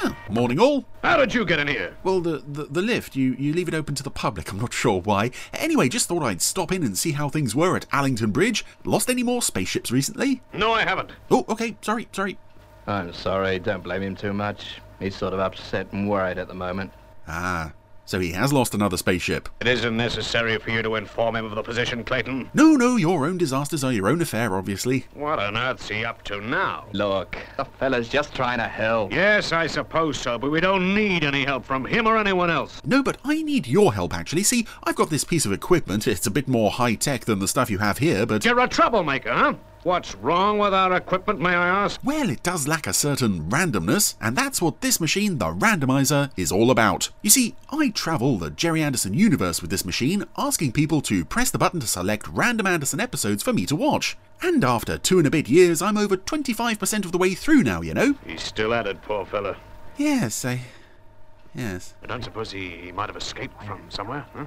Oh, morning all. How did you get in here? Well, the, the, the lift, you, you leave it open to the public. I'm not sure why. Anyway, just thought I'd stop in and see how things were at Allington Bridge. Lost any more spaceships recently? No, I haven't. Oh, okay. Sorry, sorry. I'm sorry, don't blame him too much. He's sort of upset and worried at the moment. Ah, so he has lost another spaceship. It isn't necessary for you to inform him of the position, Clayton. No, no, your own disasters are your own affair, obviously. What on earth's he up to now? Look, the fella's just trying to help. Yes, I suppose so, but we don't need any help from him or anyone else. No, but I need your help, actually. See, I've got this piece of equipment. It's a bit more high tech than the stuff you have here, but. You're a troublemaker, huh? What's wrong with our equipment, may I ask? Well, it does lack a certain randomness, and that's what this machine, the randomizer, is all about. You see, I travel the Jerry Anderson universe with this machine, asking people to press the button to select random Anderson episodes for me to watch. And after two and a bit years, I'm over 25% of the way through now, you know? He's still at it, poor fella. Yes, I. Yes. I don't suppose he, he might have escaped from somewhere, huh?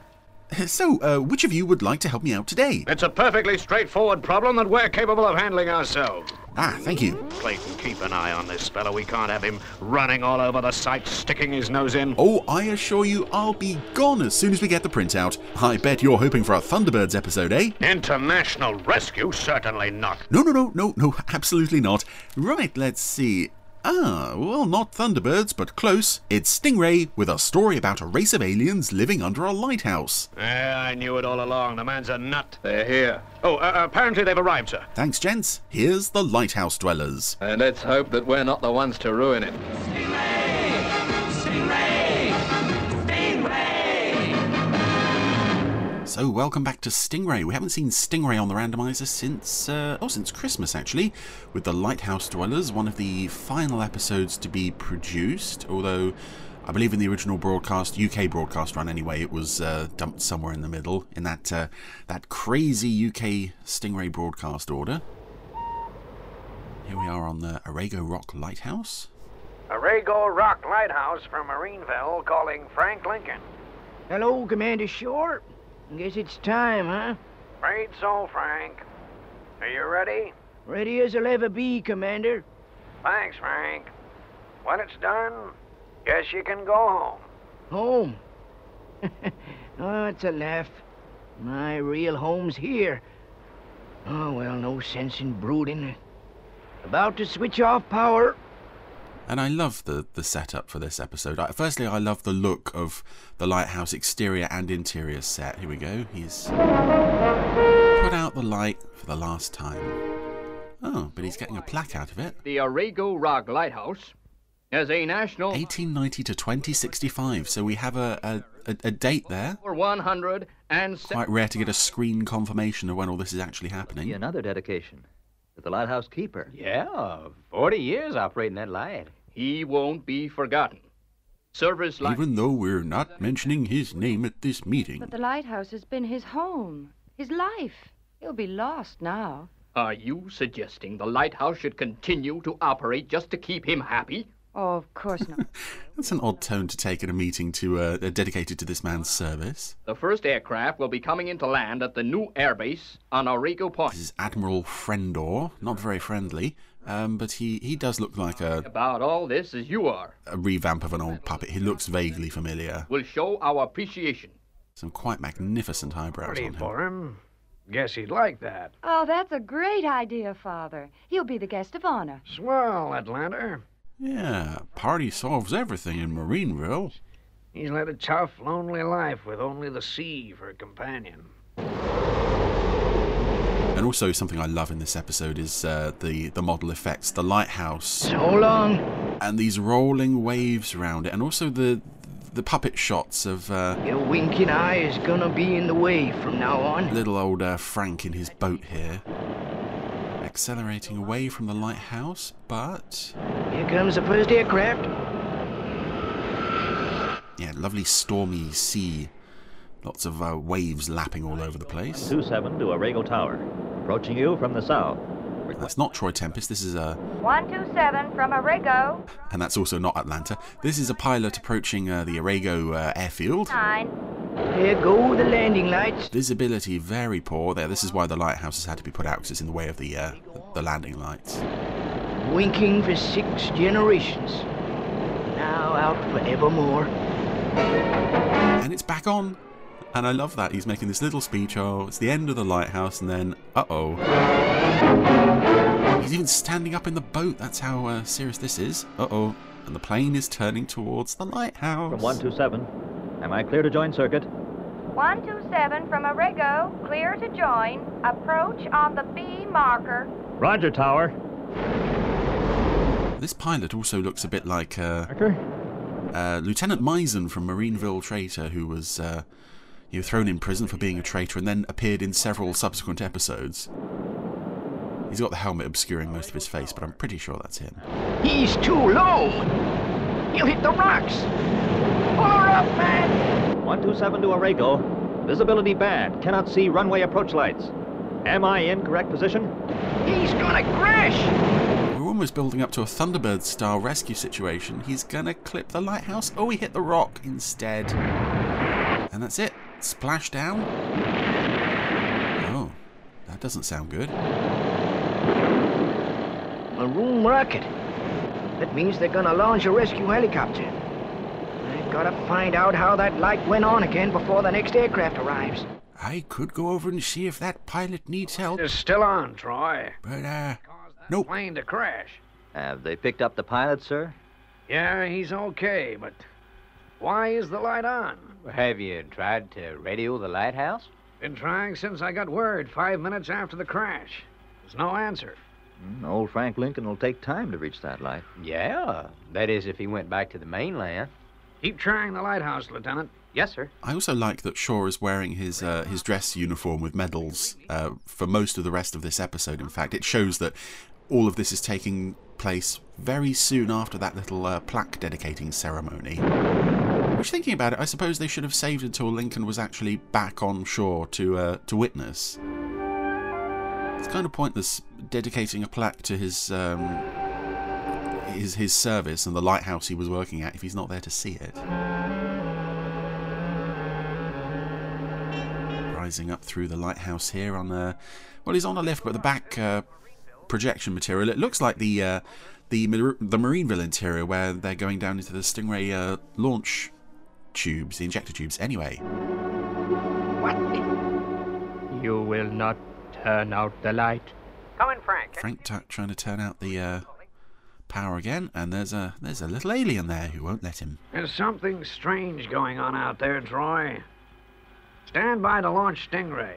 So, uh, which of you would like to help me out today? It's a perfectly straightforward problem that we're capable of handling ourselves. Ah, thank you. Clayton, keep an eye on this fellow. We can't have him running all over the site, sticking his nose in. Oh, I assure you, I'll be gone as soon as we get the printout. I bet you're hoping for a Thunderbirds episode, eh? International rescue? Certainly not. No, no, no, no, no, absolutely not. Right, let's see. Ah, well, not Thunderbirds, but close. It's Stingray with a story about a race of aliens living under a lighthouse. Yeah, I knew it all along. The man's a nut. They're here. Oh, uh, apparently they've arrived, sir. Thanks, gents. Here's the Lighthouse Dwellers. And let's hope that we're not the ones to ruin it. So, welcome back to Stingray. We haven't seen Stingray on the randomizer since, uh, oh, since Christmas actually, with The Lighthouse Dwellers, one of the final episodes to be produced, although I believe in the original broadcast, UK broadcast run anyway, it was uh, dumped somewhere in the middle in that, uh, that crazy UK Stingray broadcast order. Here we are on the Arago Rock Lighthouse. Arago Rock Lighthouse from Marineville calling Frank Lincoln. Hello, Commander Short. Guess it's time, huh? Afraid so, Frank. Are you ready? Ready as I'll ever be, Commander. Thanks, Frank. When it's done, guess you can go home. Home. oh, it's a laugh. My real home's here. Oh, well, no sense in brooding. About to switch off power. And I love the the setup for this episode. I, firstly, I love the look of the lighthouse exterior and interior set. Here we go. He's put out the light for the last time. Oh, but he's getting a plaque out of it. The Arago Rock Lighthouse is a national 1890 to 2065. So we have a a, a, a date there. for 100 and Quite rare to get a screen confirmation of when all this is actually happening. Another dedication to the lighthouse keeper. Yeah, 40 years operating that light. he won't be forgotten. Service life. Even though we're not mentioning his name at this meeting. But the lighthouse has been his home, his life. He'll be lost now. Are you suggesting the lighthouse should continue to operate just to keep him happy? Oh, of course not. That's an odd tone to take at a meeting to uh, dedicated to this man's service. The first aircraft will be coming into land at the new airbase on Arago Point. This is Admiral Friendor, not very friendly, um, but he, he does look like a, About all this as you are, a revamp of an old puppet. He looks vaguely familiar. will show our appreciation. Some quite magnificent eyebrows Ready on him. for him. Guess he'd like that. oh, that's a great idea, Father. He'll be the guest of honor. Swell, Atlanta. Yeah, party solves everything in Marineville. He's led a tough, lonely life with only the sea for a companion. And also something I love in this episode is uh, the the model effects, the lighthouse, So long. and these rolling waves around it, and also the the puppet shots of uh, Your winking eye is gonna be in the way from now on. little old uh, Frank in his boat here, accelerating away from the lighthouse, but Here comes the first aircraft. yeah, lovely stormy sea, lots of uh, waves lapping all over the place. 27 to Arago Tower. Approaching you from the south. That's not Troy Tempest. This is uh, a 127 from Arago, and that's also not Atlanta. This is a pilot approaching uh, the Arago uh, airfield. 9, There go the landing lights. Visibility very poor there. This is why the lighthouses had to be put out because it's in the way of the uh, the landing lights. winking for six generations. Now out forevermore. And it's back on. And I love that he's making this little speech. Oh, it's the end of the lighthouse, and then uh oh. He's even standing up in the boat. That's how uh, serious this is. Uh oh. And the plane is turning towards the lighthouse. From 127. Am I clear to join circuit? 127 from Arego, clear to join. Approach on the B marker. Roger, Tower. This pilot also looks a bit like uh, Marker? uh, Lieutenant Misen from Marineville Traitor, who was uh, you know, thrown in prison for being a traitor and then appeared in several subsequent episodes. He's got the helmet obscuring most of his face, but I'm pretty sure that's him. He's too low. He'll hit the rocks. Pull her up, man. 127 to Arago. Visibility bad. Cannot see runway approach lights. Am I in correct position? He's gonna crash. We're almost building up to a Thunderbird style rescue situation. He's gonna clip the lighthouse. Oh, he hit the rock instead. And that's it. Splash down. Oh, that doesn't sound good. Maroon rocket. That means they're gonna launch a rescue helicopter. I've gotta find out how that light went on again before the next aircraft arrives. I could go over and see if that pilot needs help, It's still on, Troy. but uh, Caused that Nope. plane to crash. Have they picked up the pilot, sir? Yeah, he's okay, but why is the light on? Have you tried to radio the lighthouse? Been trying since I got word five minutes after the crash. There's no answer. Hmm, Old Frank Lincoln will take time to reach that light. Yeah. That is, if he went back to the mainland. Keep trying the lighthouse, Lieutenant. Yes, sir. I also like that Shaw is wearing his uh, his dress uniform with medals uh, for most of the rest of this episode. In fact, it shows that all of this is taking place very soon after that little uh, plaque dedicating ceremony. Which, thinking about it, I suppose they should have saved until Lincoln was actually back on shore to uh, to witness. It's kind of pointless dedicating a plaque to his um, his his service and the lighthouse he was working at if he's not there to see it. rising up through the lighthouse here on uh well he's on a lift but the back uh, projection material it looks like the uh, the Mar- the marineville interior where they're going down into the stingray uh, launch tubes the injector tubes anyway You will not turn out the light. Coming, Frank. frank t- trying to turn out the uh, power again and there's a there's a little alien there who won't let him There's something strange going on out there, Troy. Stand by to launch Stingray.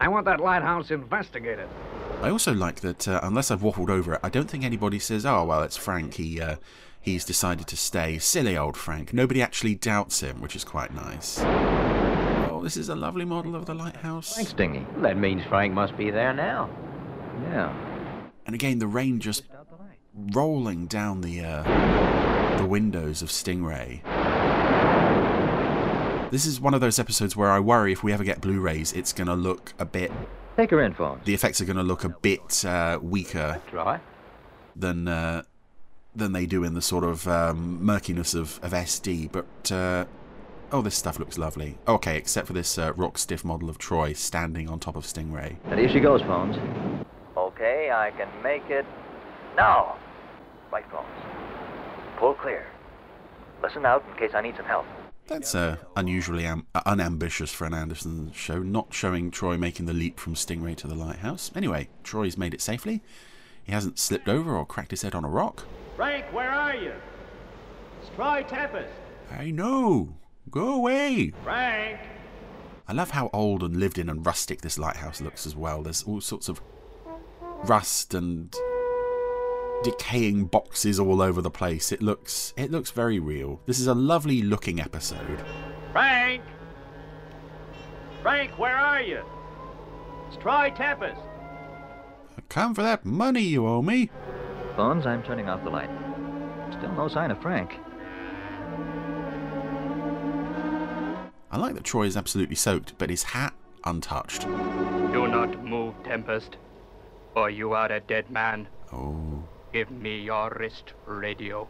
I want that lighthouse investigated. i also like that uh, unless i've waffled over it i don't think anybody says oh well it's frank he uh, he's decided to stay silly old frank nobody actually doubts him which is quite nice Oh, this is a lovely model of the lighthouse. Thanks, Dingy. Well, that means Frank must be there now. Yeah. And again, the rain just Out the light. rolling down the uh, the windows of Stingray. This is one of those episodes where I worry if we ever get Blu-rays, it's going to look a bit. Take her in, phones. The effects are going to look a bit uh, weaker Troy? than uh, than they do in the sort of um, murkiness of, of SD. But uh, oh, this stuff looks lovely. Okay, except for this uh, rock stiff model of Troy standing on top of Stingray. And here she goes, phones. Okay, I can make it now. Right, phones. Pull clear. Listen out in case I need some help. That's uh, unusually am- uh, unambitious for an Anderson show, not showing Troy making the leap from Stingray to the lighthouse. Anyway, Troy's made it safely. He hasn't slipped over or cracked his head on a rock. Frank, where are you? It's Troy Tempest. I know! Go away! Frank! I love how old and lived in and rustic this lighthouse looks as well. There's all sorts of rust and decaying boxes all over the place. It looks it looks very real. This is a lovely looking episode. Frank! Frank, where are you? It's Troy Tempest. Come for that money you owe me. Phones, I'm turning off the light. Still no sign of Frank. I like that Troy is absolutely soaked, but his hat untouched. Do not move, Tempest, or you are a dead man. Oh. Give me your wrist radio.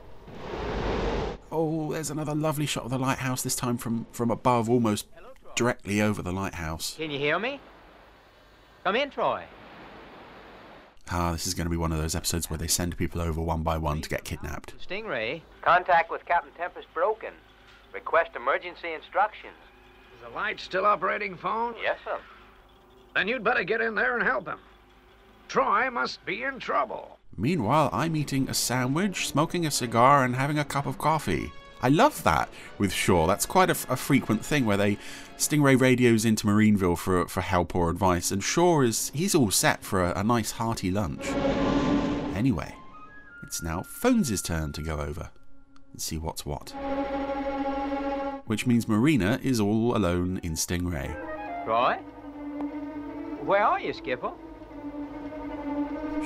Oh, there's another lovely shot of the lighthouse, this time from, from above, almost directly over the lighthouse. Can you hear me? Come in, Troy. Ah, this is going to be one of those episodes where they send people over one by one to get kidnapped. Stingray. Contact with Captain Tempest broken. Request emergency instructions. Is the light still operating, phone? Yes, sir. Then you'd better get in there and help him. Troy must be in trouble. Meanwhile, I'm eating a sandwich, smoking a cigar, and having a cup of coffee. I love that with Shaw. That's quite a, f- a frequent thing where they Stingray radios into Marineville for, for help or advice, and Shaw is he's all set for a, a nice hearty lunch. Anyway, it's now Phones' turn to go over and see what's what. Which means Marina is all alone in Stingray. Troy? Where are you, Skipper?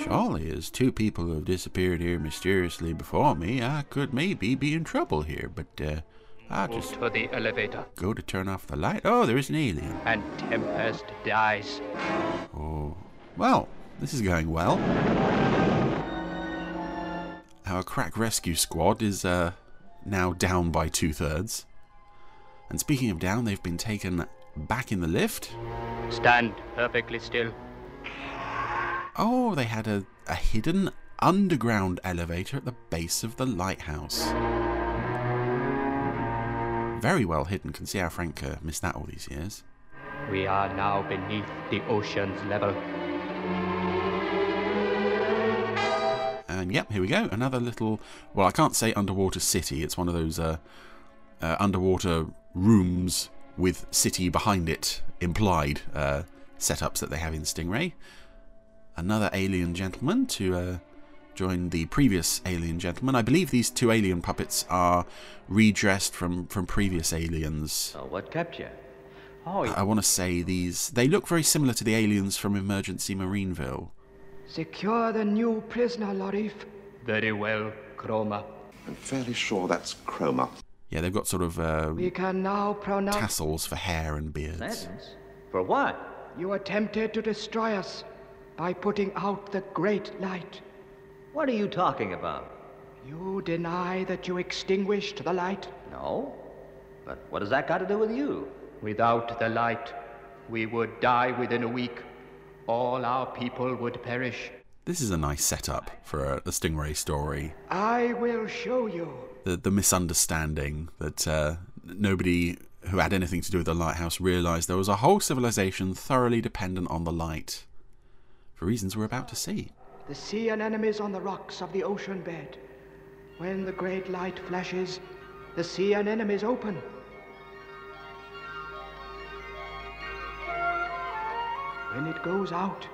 Surely, as two people who have disappeared here mysteriously before me, I could maybe be in trouble here, but uh, I Move just to the elevator, go to turn off the light. Oh, there is an alien. and Tempest dies. Oh, well, this is going well. Our crack rescue squad is uh, now down by two thirds. And speaking of down, they've been taken back in the lift. Stand perfectly still. Oh, they had a, a hidden underground elevator at the base of the lighthouse. Very well hidden. Can see how Frank uh, missed that all these years. We are now beneath the ocean's level. And yep, here we go. Another little. Well, I can't say underwater city. It's one of those uh, uh, underwater rooms with city behind it implied uh, setups that they have in Stingray. Another alien gentleman to uh, join the previous alien gentleman. I believe these two alien puppets are redressed from from previous aliens. Oh, what capture? Oh, I want to say these. They look very similar to the aliens from Emergency Marineville. Secure the new prisoner, Larif. Very well, Chroma. I'm fairly sure that's Chroma. Yeah, they've got sort of uh, We can now pronounce. tassels for hair and beards. Sentence? For what? You attempted to destroy us by putting out the great light. What are you talking about? You deny that you extinguished the light. No. But what does that got to do with you? Without the light, we would die within a week. All our people would perish. This is a nice setup for a, a Stingray story. I will show you. The the misunderstanding that uh, nobody who had anything to do with the lighthouse realised there was a whole civilization thoroughly dependent on the light, for reasons we're about to see. The sea anemones on the rocks of the ocean bed. When the great light flashes, the sea anemones open. When it goes out,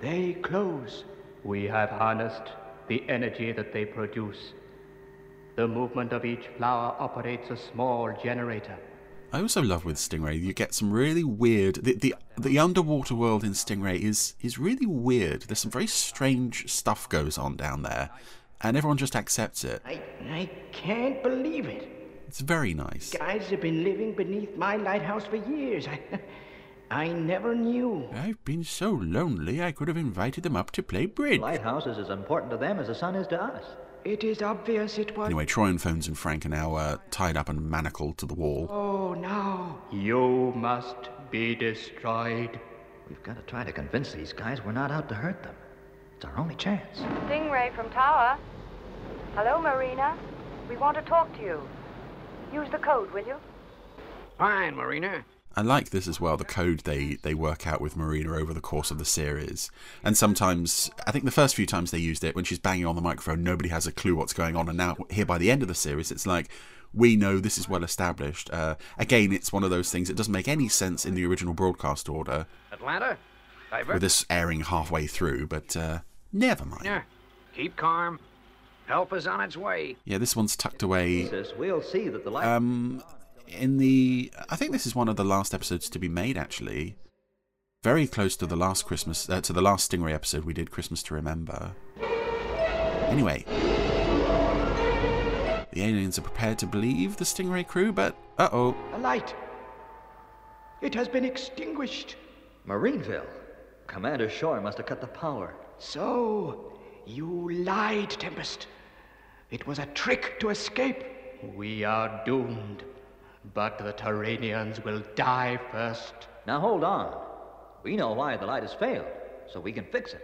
they close. We have harnessed the energy that they produce. The movement of each flower operates a small generator. I also love with Stingray you get some really weird the the, the underwater world in Stingray is is really weird. There's some very strange stuff goes on down there, and everyone just accepts it. I, I can't believe it. It's very nice. Guys have been living beneath my lighthouse for years. I, I never knew. I've been so lonely I could have invited them up to play bridge. Lighthouse is as important to them as the sun is to us. It is obvious it was. Anyway, Troy and Phones and Frank are now uh, tied up and manacled to the wall. Oh, now. You must be destroyed. We've got to try to convince these guys we're not out to hurt them. It's our only chance. Stingray from Tower. Hello, Marina. We want to talk to you. Use the code, will you? Fine, Marina. I like this as well, the code they, they work out with Marina over the course of the series. And sometimes, I think the first few times they used it, when she's banging on the microphone, nobody has a clue what's going on. And now, here by the end of the series, it's like, we know this is well established. Uh, again, it's one of those things, it doesn't make any sense in the original broadcast order, Atlanta? with Divert? this airing halfway through, but uh, never mind. Yeah. Keep calm. Help is on its way. Yeah, this one's tucked away Jesus, we'll see that the light. Um, in the, I think this is one of the last episodes to be made. Actually, very close to the last Christmas, uh, to the last Stingray episode we did, Christmas to Remember. Anyway, the aliens are prepared to believe the Stingray crew, but uh oh, The light. It has been extinguished. Marineville. Commander Shore must have cut the power. So, you lied, Tempest. It was a trick to escape. We are doomed. But the Terranians will die first. Now hold on. We know why the light has failed, so we can fix it.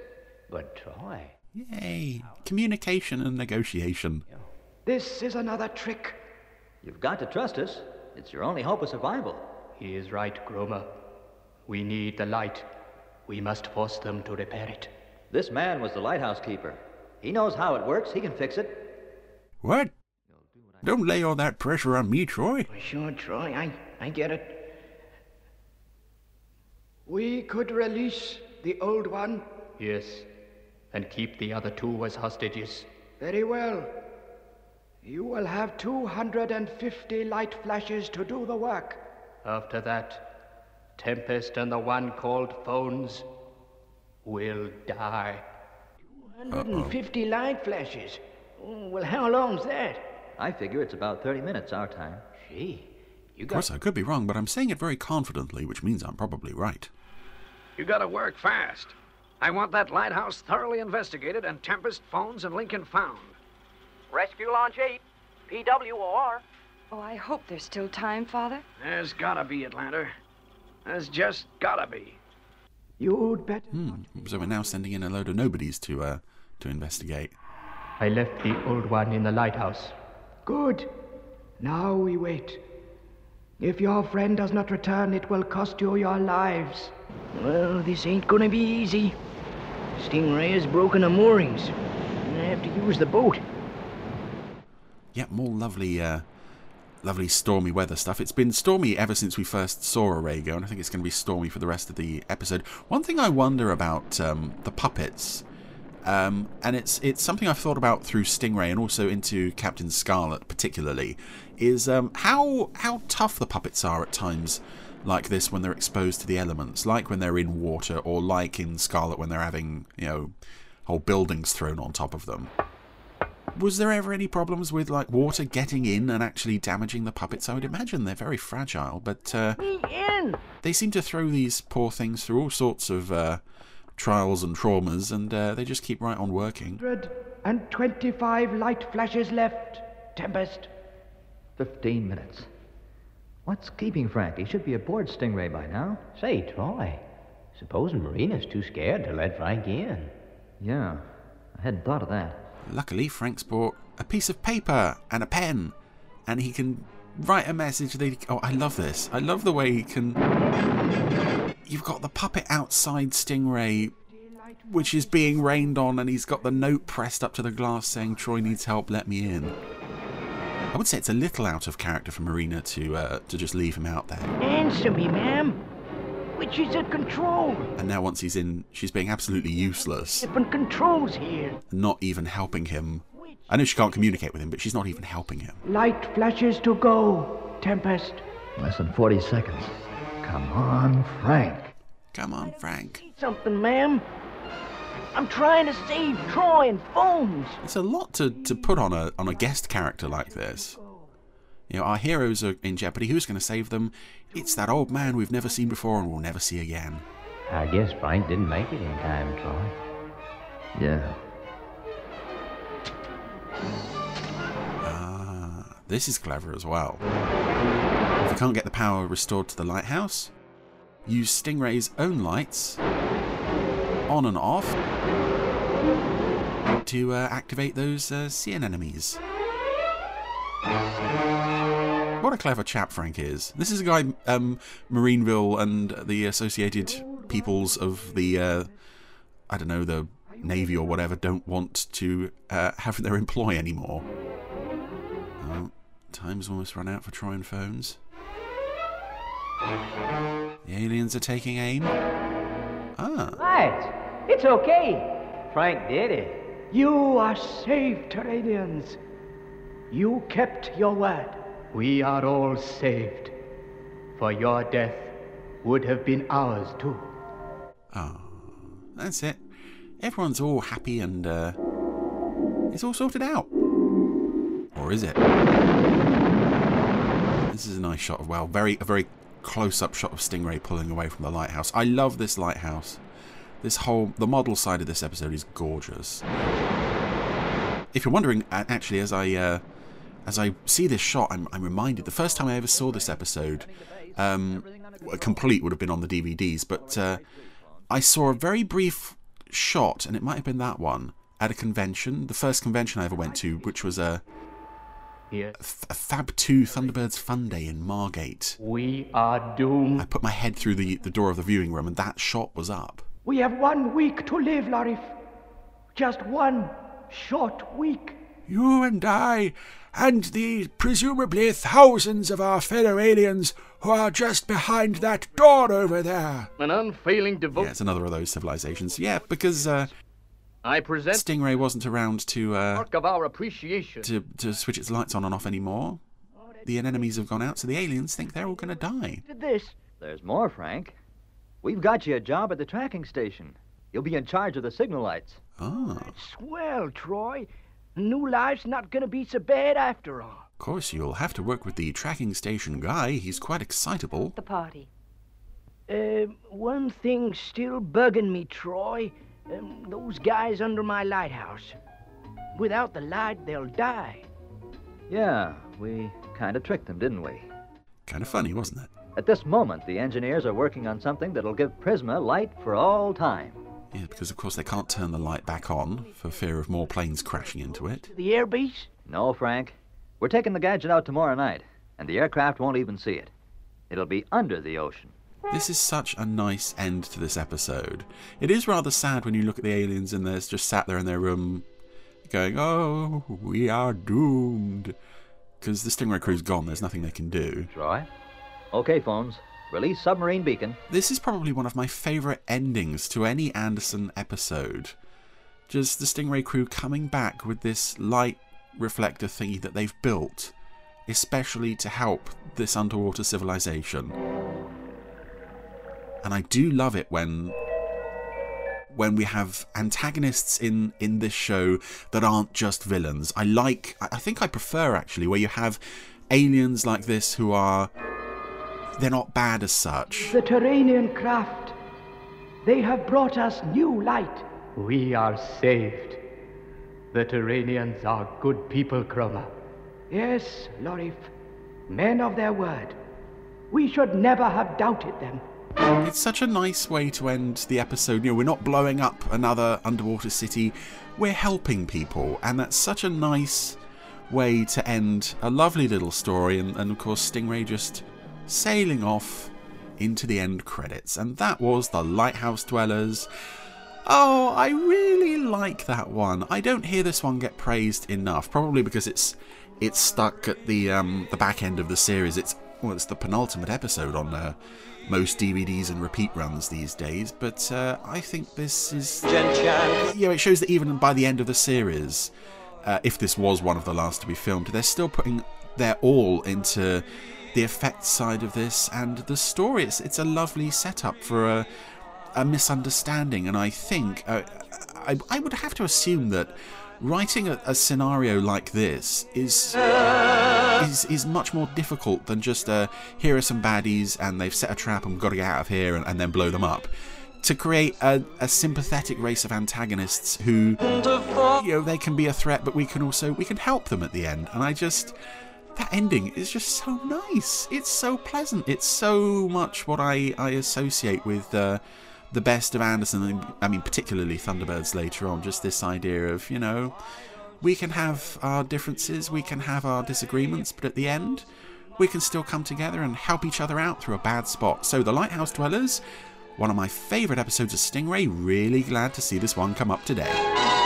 But Troy. Yay. Communication and negotiation. This is another trick. You've got to trust us. It's your only hope of survival. He is right, Groma. We need the light. We must force them to repair it. This man was the lighthouse keeper. He knows how it works. He can fix it. What? Don't lay all that pressure on me, Troy. Sure, Troy, I, I get it. We could release the old one. Yes, and keep the other two as hostages. Very well. You will have 250 light flashes to do the work. After that, Tempest and the one called Phones will die. 150 light flashes. Oh, Well, how long's that? I figure it's about 30 minutes our time. Gee, you Of course, I could be wrong, but I'm saying it very confidently, which means I'm probably right. You gotta work fast. I want that lighthouse thoroughly investigated and Tempest, phones, and Lincoln found. Rescue Launch 8, PWOR. Oh, I hope there's still time, Father. There's gotta be, Atlanta. There's just gotta be. You'd better. Hmm. So we're now sending in a load of nobodies to uh, to investigate. I left the old one in the lighthouse. Good. Now we wait. If your friend does not return, it will cost you your lives. Well, this ain't gonna be easy. Stingray has broken the moorings. I have to use the boat. Yep, more lovely, uh, lovely stormy weather stuff. It's been stormy ever since we first saw Arago, and I think it's going to be stormy for the rest of the episode. One thing I wonder about um, the puppets, um, and it's it's something I've thought about through Stingray and also into Captain Scarlet particularly, is um, how how tough the puppets are at times like this when they're exposed to the elements, like when they're in water, or like in Scarlet when they're having you know whole buildings thrown on top of them. Was there ever any problems with like water getting in and actually damaging the puppets? I would imagine they're very fragile, but uh, In! they seem to throw these poor things through all sorts of uh, trials and traumas, and uh, they just keep right on working. 125 light flashes left. Tempest. 15 minutes. What's keeping Frank? He should be aboard Stingray by now. Say, Troy, suppose Marina's too scared to let Frank in. Yeah, I hadn't thought of that. Luckily, Frank's bought a piece of paper and a pen, and he can write a message. That he, oh, I love this! I love the way he can. You've got the puppet outside Stingray, which is being rained on, and he's got the note pressed up to the glass saying, "Troy needs help. Let me in." I would say it's a little out of character for Marina to uh, to just leave him out there. Answer me, ma'am. Which is at control. And now once he's in, she's being absolutely useless, Different controls here. not even helping him. I know she can't communicate with him, but she's not even helping him. Light flashes to go. Tempest. Less than 40 seconds. Come on, Frank. Come on, Frank. Need something, ma'am. I'm trying to save Troy and Foams. It's a lot to, to put on a on a guest character like this. You know, our heroes are in jeopardy. Who's going to save them? It's that old man we've never seen before and we'll never see again. I guess Frank didn't make it in time, Troy. Yeah. Ah, this is clever as well. If you can't get the power restored to the lighthouse, use Stingray's own lights on and off to uh, activate those uh, sea anemones. What a clever chap Frank is. This is a guy um, Marineville and the associated peoples of the, uh, I don't know, the Navy or whatever don't want to uh, have in their employ anymore. Oh, time's almost run out for Troy and phones. The aliens are taking aim. Ah. Right. It's okay. Frank did it. You are saved, Terranians. You kept your word. We are all saved. For your death would have been ours, too. Oh, that's it. Everyone's all happy and uh, it's all sorted out. Or is it? This is a nice shot of well, very a very close-up shot of Stingray pulling away from the lighthouse. I love this lighthouse. This whole the model side of this episode is gorgeous. If you're wondering, a- actually, as I uh, as I see this shot, I'm, I'm reminded the first time I ever saw this episode, um, complete would have been on the DVDs, but uh, I saw a very brief shot, and it might have been that one, at a convention, the first convention I ever went to, which was a, Here, a Fab 2 Thunderbirds Fun Day in Margate. We are doomed. I put my head through the, the door of the viewing room, and that shot was up. We have one week to live, Larif. Just one short week. You and I, and the presumably thousands of our fellow aliens who are just behind that door over there. an unfailing devotion. Yeah, it's another of those civilizations. Yeah, because uh, I present Stingray wasn't around to uh, mark of our appreciation. to to switch its lights on and off anymore. The anemones have gone out, so the aliens think they're all going to die. Did this. There's more, Frank. We've got you a job at the tracking station. You'll be in charge of the signal lights. Ah, Swell, Troy. New life's not gonna be so bad after all. of course you'll have to work with the tracking station guy. He's quite excitable. The party. Uh, one thing's still bugging me, Troy. Um, those guys under my lighthouse. Without the light, they'll die. Yeah, we kind of tricked them, didn't we? Kind of funny, wasn't it? At this moment, the engineers are working on something that'll give Prisma light for all time. Yeah, because of course they can't turn the light back on for fear of more planes crashing into it. The airbase? No, Frank. We're taking the gadget out tomorrow night, and the aircraft won't even see it. It'll be under the ocean. This is such a nice end to this episode. It is rather sad when you look at the aliens and they're just sat there in their room going, oh, we are doomed. Because the Stingray crew's gone, there's nothing they can do. Troy? Okay, phones. Release submarine beacon. This is probably one of my favourite endings to any Anderson episode. Just the Stingray crew coming back with this light reflector thingy that they've built, especially to help this underwater civilization. And I do love it when when we have antagonists in in this show that aren't just villains. I like I I think I prefer actually where you have aliens like this who are they're not bad as such. The Terranian craft. They have brought us new light. We are saved. The Terranians are good people, Chroma. Yes, Lorif. Men of their word. We should never have doubted them. It's such a nice way to end the episode. You know, we're not blowing up another underwater city, we're helping people, and that's such a nice way to end a lovely little story. And, and of course, Stingray just sailing off into the end credits. And that was The Lighthouse Dwellers. Oh, I really like that one. I don't hear this one get praised enough, probably because it's it's stuck at the um, the back end of the series. It's well, it's the penultimate episode on uh, most DVDs and repeat runs these days. But uh, I think this is yeah, it shows that even by the end of the series, uh, if this was one of the last to be filmed, they're still putting their all into the effects side of this and the story. It's it's a lovely setup for a a misunderstanding, and I think uh, I, I would have to assume that writing a, a scenario like this is is is much more difficult than just uh, here are some baddies and they've set a trap and we've got to get out of here and, and then blow them up. To create a, a sympathetic race of antagonists who, you know, they can be a threat, but we can also we can help them at the end. And I just that ending is just so nice. It's so pleasant. It's so much what I, I associate with uh, the best of Anderson. and- I mean, particularly Thunderbirds later on. Just this idea of, you know, we can have our differences, we can have our disagreements, but at the end, we can still come together and help each other out through a bad spot. So, The Lighthouse Dwellers, one of my favourite episodes of Stingray. Really glad to see this one come up today.